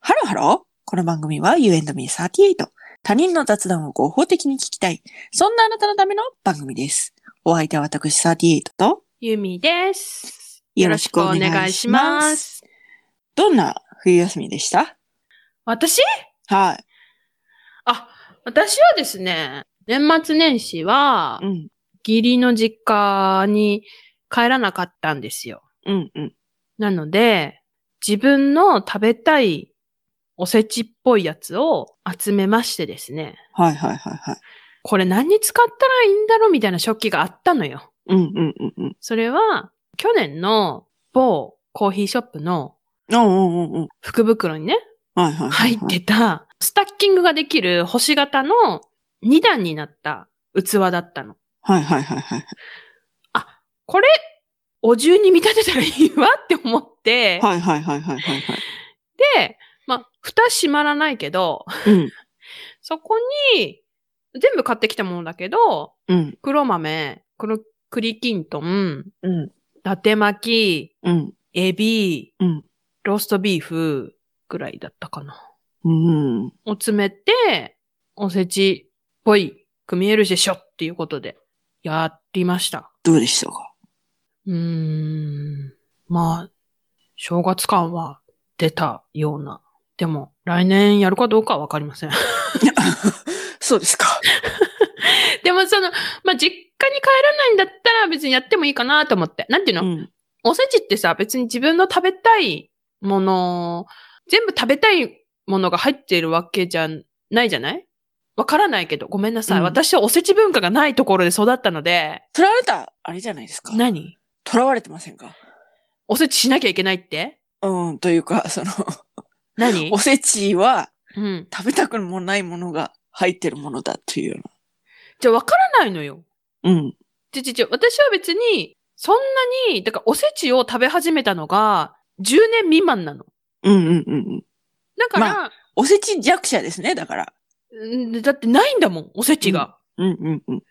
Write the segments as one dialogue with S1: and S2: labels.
S1: ハロー。この番組は You and Me38。他人の雑談を合法的に聞きたい。そんなあなたのための番組です。お相手は私38と
S2: ゆみです。
S1: よろしくお願いします。どんな冬休みでした
S2: 私
S1: はい。
S2: あ、私はですね、年末年始は
S1: う、ん。
S2: 義理の実家に帰らなかったんですよ。
S1: うんうん。
S2: なので、自分の食べたいおせちっぽいやつを集めましてですね、
S1: はいはいはいはい。
S2: これ何に使ったらいいんだろうみたいな食器があったのよ。
S1: うんうんうんうん。
S2: それは、去年の某コーヒーショップの
S1: うんうんうんうん。
S2: 福袋にね、
S1: はいはいはい、
S2: 入ってた、スタッキングができる星型の2段になった器だったの。
S1: はいはいはいはい。
S2: これ、お重に見立てたらいいわって思って、
S1: はいはいはいはいはいはい。
S2: で、まあ、蓋閉まらないけど、
S1: うん。
S2: そこに、全部買ってきたものだけど、
S1: うん。
S2: 黒豆、黒栗きんとん、
S1: うん。
S2: 伊達巻き、
S1: うん。
S2: エビ、
S1: うん
S2: ローストビーフぐらいだったかな。
S1: うん。
S2: を詰めて、おせちっぽい組みえるでしょっていうことで、やりました。
S1: どうでしたか
S2: うーん。まあ、正月感は出たような。でも、来年やるかどうかはわかりません。
S1: そうですか。
S2: でもその、まあ、実家に帰らないんだったら別にやってもいいかなと思って。なんていうの、
S1: ん。
S2: おせちってさ、別に自分の食べたいもの、全部食べたいものが入っているわけじゃないじゃないわからないけど、ごめんなさい。
S1: うん
S2: 私はおせち文化がないところで育ったので、
S1: 取られた、あれじゃないですか。
S2: 何
S1: 囚われてませんか
S2: おせちしなきゃいけないって
S1: うん、というか、その、
S2: 何
S1: おせちは
S2: うん。
S1: 食べたくもないものが入ってるものだというよ
S2: じゃあわからないのよ。
S1: うな。うん。
S2: ちょちょちょ、私は別に、そんなに、だからおせちを食べ始めたのが、10年未満なの。
S1: うんうんうんうん。
S2: だから、
S1: まおせち弱者ですね、だから。
S2: うんだってないんだもん、おせちが。
S1: うんうんうん。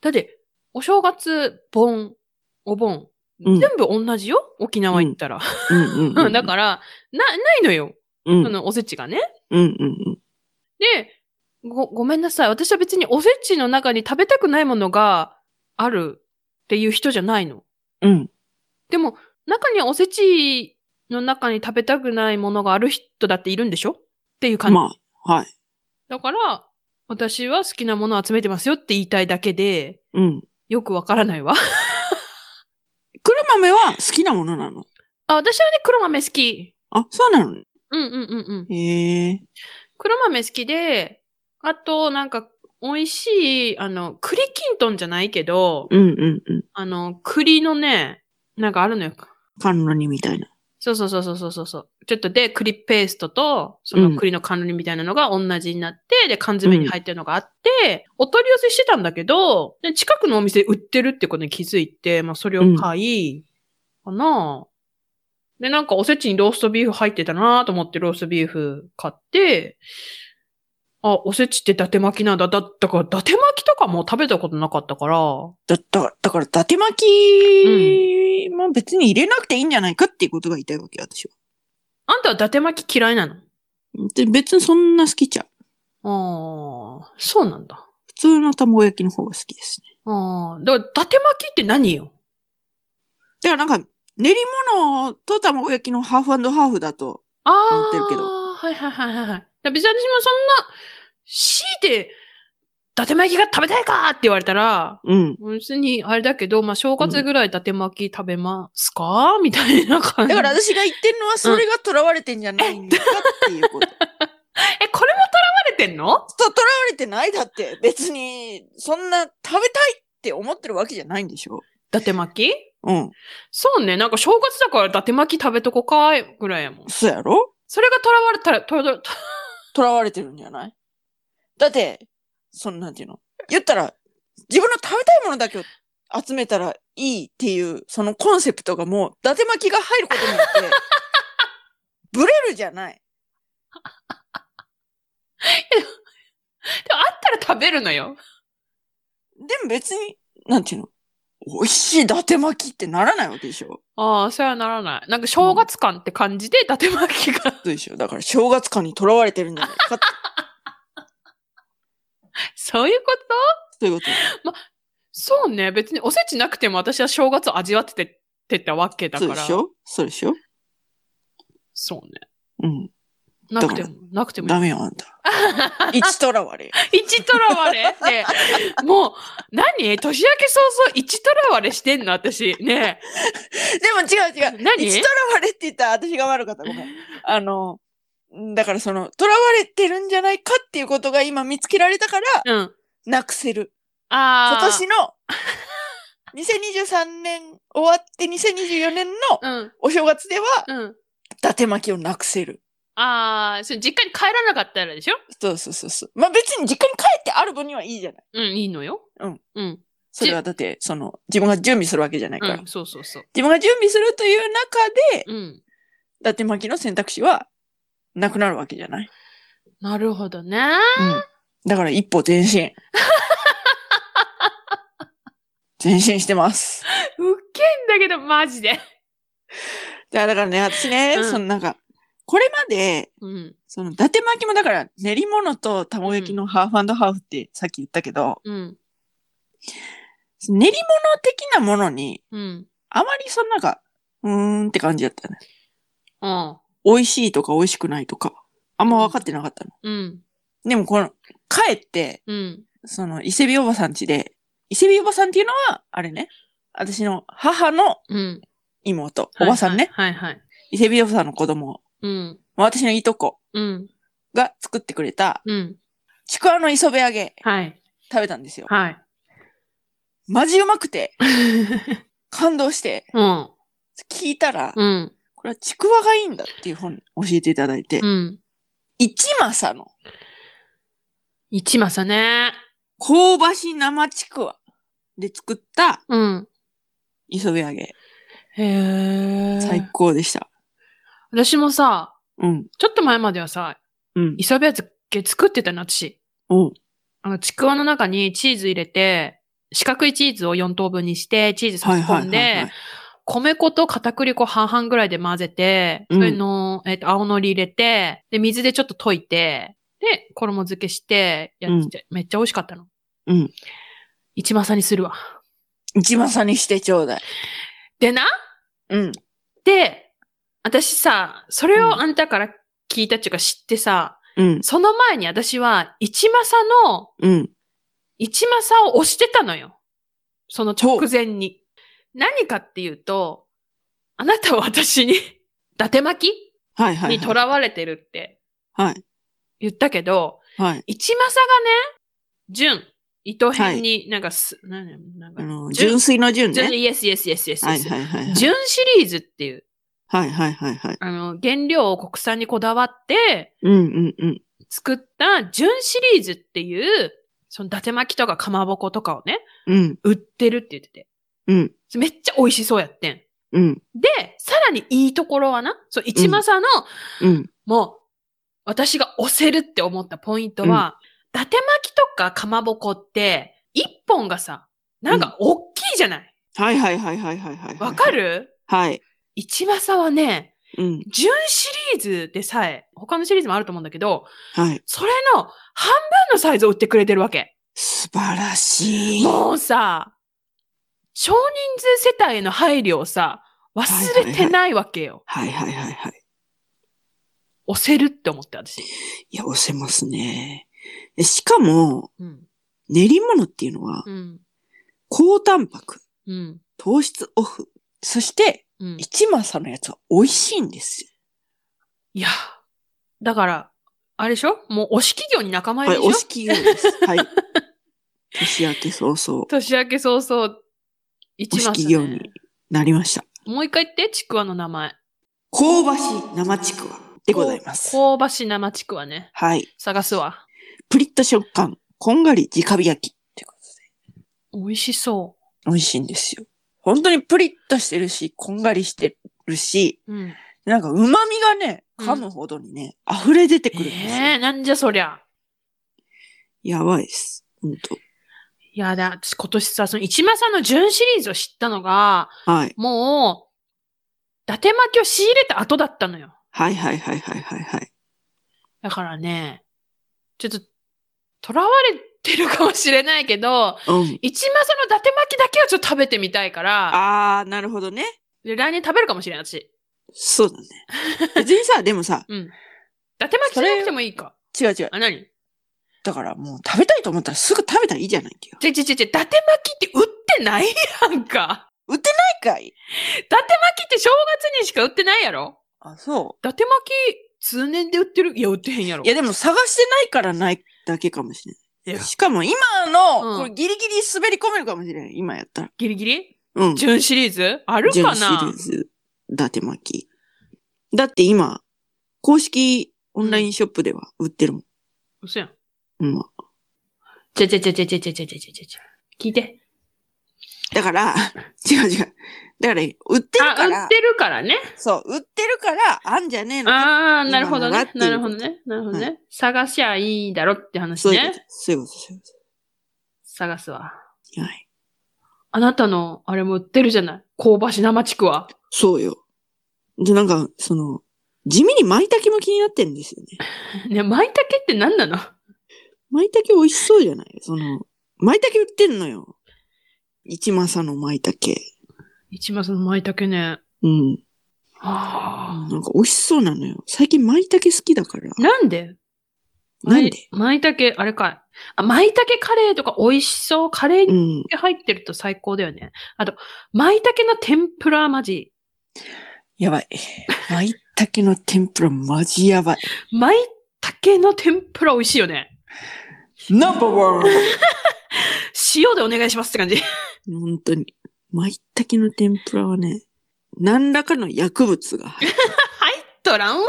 S2: だって、お正月、盆、お盆、
S1: うん
S2: 全部同じよ沖縄行ったら。
S1: うんうんうん、うん。
S2: だから、な、ないのよ。
S1: うん、う
S2: そ
S1: ん
S2: のおせちがね。
S1: うんうん。
S2: で、ご、ごめんなさい。私は別におせちの中に食べたくないものがあるっていう人じゃないの。
S1: うん。
S2: でも、中にはおせちの中に食べたくないものがある人だっているんでしょっていう感じ。
S1: まあ、はい。
S2: だから、私は好きなものを集めてますよって言いたいだけで、
S1: うん。
S2: よくわからないわ。
S1: 黒豆は好きなものなの
S2: あ、私はね、黒豆好き。
S1: あ、そうなのね
S2: うんうんうんうん。
S1: へえ。
S2: 黒豆好きで、あと、なんか、美味しい、あの、栗きんとんじゃないけど、
S1: うんうんうん。
S2: あの、栗のね、なんかあるのよ。
S1: 甘露煮みたいな。
S2: そうそうそうそうそうそう。ちょっとで、栗ペーストと、その栗の甘露煮みたいなのが同じになって、で、缶詰に入ってるのがあって、お取り寄せしてたんだけど、で近くのお店で売ってるってことに気づいて、まあ、それを買い、かな、で、なんかおせちにローストビーフ入ってたなと思ってローストビーフ買って、あ、おせちって伊達巻きなんだ。だ、だから伊達巻きとかも食べたことなかったから、
S1: だ、だ、だから、伊達巻き、まあ別に入れなくていいんじゃないかっていうことが言いたいわけ、私は。
S2: あんたは伊達巻き嫌いなの
S1: で、別にそんな好きじゃん。
S2: ああ、そうなんだ。
S1: 普通の卵焼きの方が好きですね。
S2: ああ、だから、伊達巻きって何よ
S1: だからなんか、練り物と卵焼きのハーフハーフだと、
S2: ああ。
S1: 持ってるけど
S2: はいはいはいはいはい。だから別に私もそんな、強いて、伊達巻きが食べたいかって言われたら、
S1: うん。
S2: 別にあれだけど、まあ、正月ぐらい伊達巻き食べますか、みたいな感じ。
S1: だから、私が言ってるのは、それが囚われてんじゃないんだっていうこと。と
S2: え、これも囚われてんの
S1: 囚われてないだって、別に、そんな食べたいって思ってるわけじゃないんでしょ
S2: 伊達巻き
S1: うん。
S2: そうね。なんか正月だから伊達巻き食べとこかいぐらいやもん。
S1: そうやろ
S2: それが囚われたら、とど、と
S1: 囚われてるんじゃないだって、そのなんていうの言ったら、自分の食べたいものだけを集めたらいいっていう、そのコンセプトがもう、伊達巻きが入ることによって、 ブレるじゃない。
S2: でもあったら食べるのよ。
S1: でも別に、なんていうの美味しい伊達巻きってならないわけでしょ
S2: ああ、そうやならない。なんか正月感って感じで、伊達巻きが
S1: そうでしょだから正月感にとらわれてるんじゃないかって
S2: そういうこ
S1: そう
S2: と
S1: いうこと。
S2: そうね。別におせちなくても私は正月を味わっててってたわけだか
S1: そう
S2: ら。
S1: でしょそうでしょ
S2: そうね。
S1: うん。
S2: なくても、なくてもいい
S1: ダメよ、あんた。一とらわれ。
S2: 一とらわれって、もう、何年明け早々一とらわれしてんの私。ね
S1: でも違う違う。
S2: 何
S1: 一とらわれって言ったら私が悪かった。ごめん。あの、んだからその、とらわれてるんじゃないかっていうことが今見つけられたから、
S2: え。うん。
S1: なくせる。今
S2: ああ。
S1: 年の、2023年終わって2024年のお正月では、
S2: うん。うん。
S1: 伊達巻きをなくせる。
S2: ああ、それ実家に帰らなかったらでしょ
S1: そうそうそうそう。まあ別に実家に帰ってある分にはいいじゃない。
S2: うん、いいのよ。
S1: うん。
S2: うん。
S1: それはだって、その、自分が準備するわけじゃないから。
S2: うん、そうそうそう。
S1: 自分が準備するという中で、
S2: うん。
S1: 伊達巻きの選択肢はなくなるわけじゃない。
S2: なるほどね。
S1: うん。だから一歩前進。 前進してます。
S2: うっけんだけど、マジで。
S1: いや、だからね、私ね、
S2: うん
S1: そのなんか、これまで、
S2: うん。
S1: その、伊達巻きもだから、練り物と卵焼きのハーフハーフってさっき言ったけど、
S2: うん。
S1: 練り物的なものに、
S2: うん。
S1: あまりそのなんか、うーんって感じだったね。
S2: うん。
S1: 美味しいとか美味しくないとか、あんま分かってなかったの。
S2: うん。
S1: でもこの、帰って、
S2: うん。
S1: その、伊勢美おばさん家で、伊勢美おばさんっていうのは、あれね、私の母の
S2: うん。
S1: 妹、おばさんね、
S2: はいはいはいはい。
S1: 伊勢美おばさんの子供、
S2: うん。
S1: まあ私のいとこ
S2: うん。
S1: が作ってくれた、
S2: うん。
S1: ちくわの磯辺揚げ
S2: はい。
S1: 食べたんですよ。
S2: はい。
S1: マジうまくて、感動して、
S2: うん。
S1: 聞いたら、
S2: うん。
S1: これはちくわがいいんだっていう本教えていただいて、
S2: うん。
S1: 一政の
S2: 一政ね。
S1: 香ばし生ちくわで作った
S2: うん。
S1: 磯辺揚げ。
S2: へえ。
S1: 最高でした。
S2: 私もさ、
S1: うん。
S2: ちょっと前まではさ、
S1: うん。
S2: 磯辺漬け作ってたの、私。
S1: おう
S2: あの、ちくわの中にチーズ入れて、四角いチーズを4等分にして、チーズ差
S1: は
S2: し
S1: いはいは
S2: 込
S1: い
S2: ん
S1: はい
S2: で、。米粉と片栗粉半々ぐらいで混ぜて、
S1: うん
S2: それの、えっ、と、青のり入れて、で、水でちょっと溶いて、で、衣漬けして、やって、めっちゃ美味しかったの。
S1: うん。
S2: 一政にするわ。
S1: 一政にしてちょうだい。
S2: でな、
S1: うん。
S2: で、私さ、それ
S1: うん
S2: をあんたから聞いたっていうか知ってさ、
S1: うん。
S2: その前に私は、一政の、
S1: うん。
S2: 一政を推してたのよ。その直前に。何かっていうと、あなたは私に、伊達巻き
S1: はいはいはい。
S2: に囚われてるって
S1: はい。
S2: 言ったけど、
S1: はい。
S2: 一政がね、純、糸編に、なんかす、なんだなん
S1: あ
S2: か、
S1: の、純粋の純
S2: 純、
S1: ね。
S2: イエスイエスイエスイエス。
S1: はいはいはいはい。
S2: 純シリーズっていう、
S1: はいはいはいはい。
S2: あの、原料を国産にこだわって、
S1: うんうんうん。
S2: 作った純シリーズっていう、その伊達巻きとかかまぼことかをね、
S1: うん
S2: 売ってるって言ってて。
S1: うん
S2: それめっちゃ美味しそうやってん。
S1: うん
S2: で、さらにいいところはな、そう、一政の、
S1: うん。
S2: もう、私が押せるって思ったポイントは、伊達巻きとかかまぼこって、一本がさ、なんか大きいじゃない
S1: はいはいはいはいはいはい。
S2: わかる
S1: はい。
S2: 一政はね、
S1: うん。
S2: 純シリーズでさえ、他のシリーズもあると思うんだけど、
S1: はい。
S2: それの半分のサイズを売ってくれてるわけ。
S1: 素晴らしい。
S2: もうさ、少人数世帯への配慮をさ、忘れてないわけよ。
S1: はいはいはいはい。
S2: 押せるって思って、私。
S1: いや、押せますね。でしかも、
S2: うん。
S1: 練り物っていうのは
S2: う、ん。
S1: 高タンパク、
S2: うん。
S1: 糖質オフ、そして、
S2: うん。
S1: 一政のやつは美味しいんですよ。
S2: いや、だから、あれでしょもう押し企業に仲間入
S1: はい、
S2: りで
S1: 押
S2: し
S1: し
S2: ょ、
S1: 切るんです。はい。 年明け早々、
S2: 年明け早々、一
S1: 押し
S2: マス、
S1: 企業
S2: ね。
S1: になりました。
S2: もう一回言って、ちくわの名前。
S1: 香ばしい生ちくわでございます。
S2: こう香ばし生ちくわね。
S1: はい。
S2: 探すわ。
S1: プリッと食感、こんがり直火焼きってこと
S2: 美味しそ
S1: で、美味しいんですよ。本当にプリッとしてるし、こんがりしてるし、
S2: う。うん。
S1: なんか旨味がね、噛むほどにね、溢れ出てくるんですよ。
S2: ええー、なんじゃそりゃ。
S1: やばいです。ほんと。
S2: いいやだ、私今年さ、その一間さんの純シリーズを知ったのが、
S1: はい。
S2: もう、伊達巻きを仕入れた後だったのよ。
S1: はいはいはいはいはいはい。
S2: だからね、ちょっと、囚われてるかもしれないけど、
S1: うん。
S2: 一間さんの伊達巻きだけはちょっと食べてみたいから、
S1: あー、なるほどね。
S2: で来年食べるかもしれない、私。
S1: そう だね。別にさ、でもさ、
S2: うん。伊達巻きじゃなくてもいいか。
S1: 違う違う。
S2: あ、何
S1: だからもう食べたいと思ったらすぐ食べたらいいじゃないっていう。
S2: ちょちょちょちょ、伊達巻きって売ってないやんか。
S1: ないかい
S2: 伊達巻きって正月にしか売ってないやろ
S1: あ、そ
S2: 伊達巻き、通年で売ってるいや、売ってへんやろ
S1: う。いやでも探してないからないだけかもしれないい。
S2: や
S1: しかも今の、こ
S2: うん
S1: れギリギリ滑り込めるかもしれない。今やったら。
S2: ギリギリ
S1: うん。
S2: 純シリーズある
S1: 純
S2: か
S1: シ
S2: な
S1: リーズ、伊達巻き。だって今、公式オンラインショップでは売ってるもん。
S2: 嘘やん。
S1: うん。
S2: ちゃちゃちゃちゃちゃちゃちゃちゃちゃちゃ。聞いて。
S1: だから、 違う違う。だから、売ってるか
S2: あ、売
S1: ら
S2: って、るからね。
S1: そう、売ってるから、あんじゃねえのか。
S2: ああ、なるほど
S1: 今のが
S2: ね
S1: っ。ていう
S2: なるほどね。なるほどね。探しゃいいだろって話
S1: そういう
S2: ね
S1: こと。。そういうこと、そういうこ
S2: 探すわ。
S1: と。はい。
S2: あなたの、あれも売ってるじゃない。香ばし生ちくわ。
S1: そうよ。で、なんか、その、地味に舞茸も気になってるんですよね。
S2: ね、舞茸って何なの
S1: 舞茸美味しそうじゃないその、舞茸売ってんのよ。一政の舞茸。
S2: 一松の舞茸ね。
S1: うん。
S2: はあ。
S1: なんか美味しそうなのよ。最近舞茸好きだから。
S2: なんで
S1: なんで
S2: 舞茸、あれかい。あ、舞茸カレーとか美味しそう。カレー
S1: う
S2: に
S1: ん。
S2: 入ってると最高だよね。あと、舞茸の天ぷらマジ。
S1: やばい。舞茸の天ぷらマジやばい。
S2: 舞茸の天ぷら美味しいよね。
S1: ナンバーワン
S2: 塩でお願いしますって感じ。
S1: 本当に。舞茸の天ぷらはね、何らかの薬物が入る。
S2: 入っとらんわ。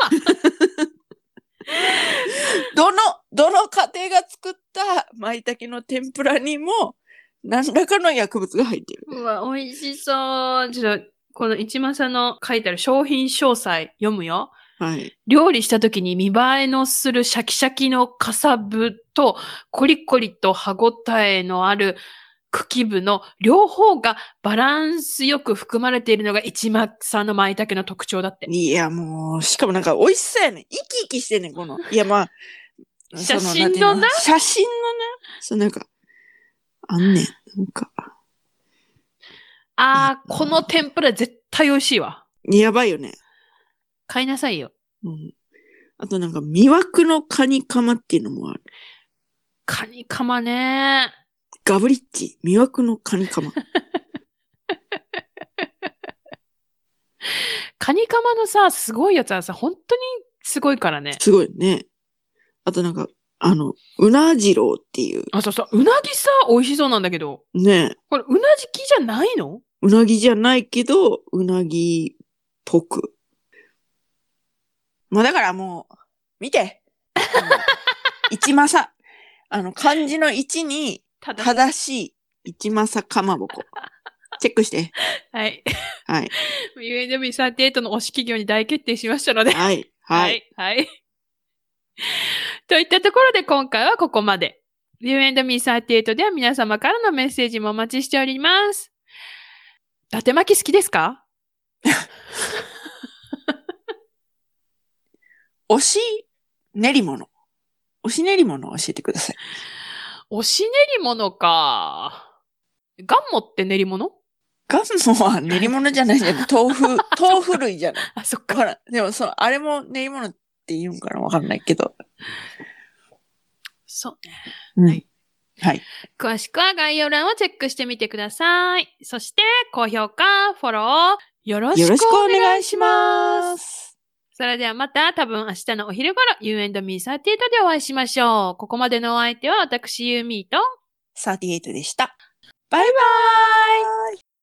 S1: どの、どの家庭が作った舞茸の天ぷらにも、何らかの薬物が入ってる。
S2: うわ、美味しそう。ちょっと、この一政の書いてある商品詳細読むよ。
S1: はい。
S2: 料理した時に見栄えのするシャキシャキのかさぶと、コリコリと歯ごたえのある茎部の両方がバランスよく含まれているのが一松さんの舞茸の特徴だって。
S1: いや、もう、しかもなんか美味しそうやねん。生き生きしてんねん、 この。いや、まあ、
S2: 写真の
S1: そん
S2: な
S1: ていう写真のな。そう、なんか、あんねん。なんか、
S2: あー、この天ぷら絶対美味しいわ。
S1: やばいよね。
S2: 買いなさいよ。
S1: うん。あとなんか、魅惑のカニカマっていうのもある。
S2: カニカマね。
S1: ガブリッチ、魅惑のカニカ マ。
S2: カニカマのさ、すごいやつはさ、本当にすごいからね。
S1: すごいね。あとなんか、あの、うなじろうっていう、
S2: あ、そうそう、うなぎさ、美味しそうなんだけど。
S1: ね、
S2: これ、うなじきじゃないの
S1: うなぎじゃないけど、うなぎっぽく。まあだからもう、見て。一正。あの、漢字の一に、
S2: ただ、
S1: 正しい一正かまぼこ。チェックして。
S2: はい。
S1: はい。
S2: UNW38 の推し企業に大決定しましたので。
S1: はい。はい。。
S2: はい。といったところで今回はここまで。U&Me38 では皆様からのメッセージもお待ちしております。伊達巻き好きですか
S1: 推し練り物。推し練り物を教えてください。
S2: おし練り物か。ガンモって練り物
S1: ガンモは練り物じゃないじゃない。豆腐、 豆腐類じゃない。
S2: あ、そっ
S1: わ
S2: か。
S1: からん。でも、その、あれも練り物って言うんかなわかんないけど。
S2: そうね。
S1: うん
S2: はい。
S1: はい。
S2: 詳しくは概要欄をチェックしてみてください。そして、高評価、フォロー、よろし
S1: よ
S2: く
S1: ろしく
S2: お
S1: お願
S2: 願
S1: い
S2: い
S1: し
S2: します。
S1: ます。
S2: それではまた多分明日のお昼頃 You and me38 でお会いしましょう。ここまでのお相手は私ユーミーと
S1: 38でした。バイバーイ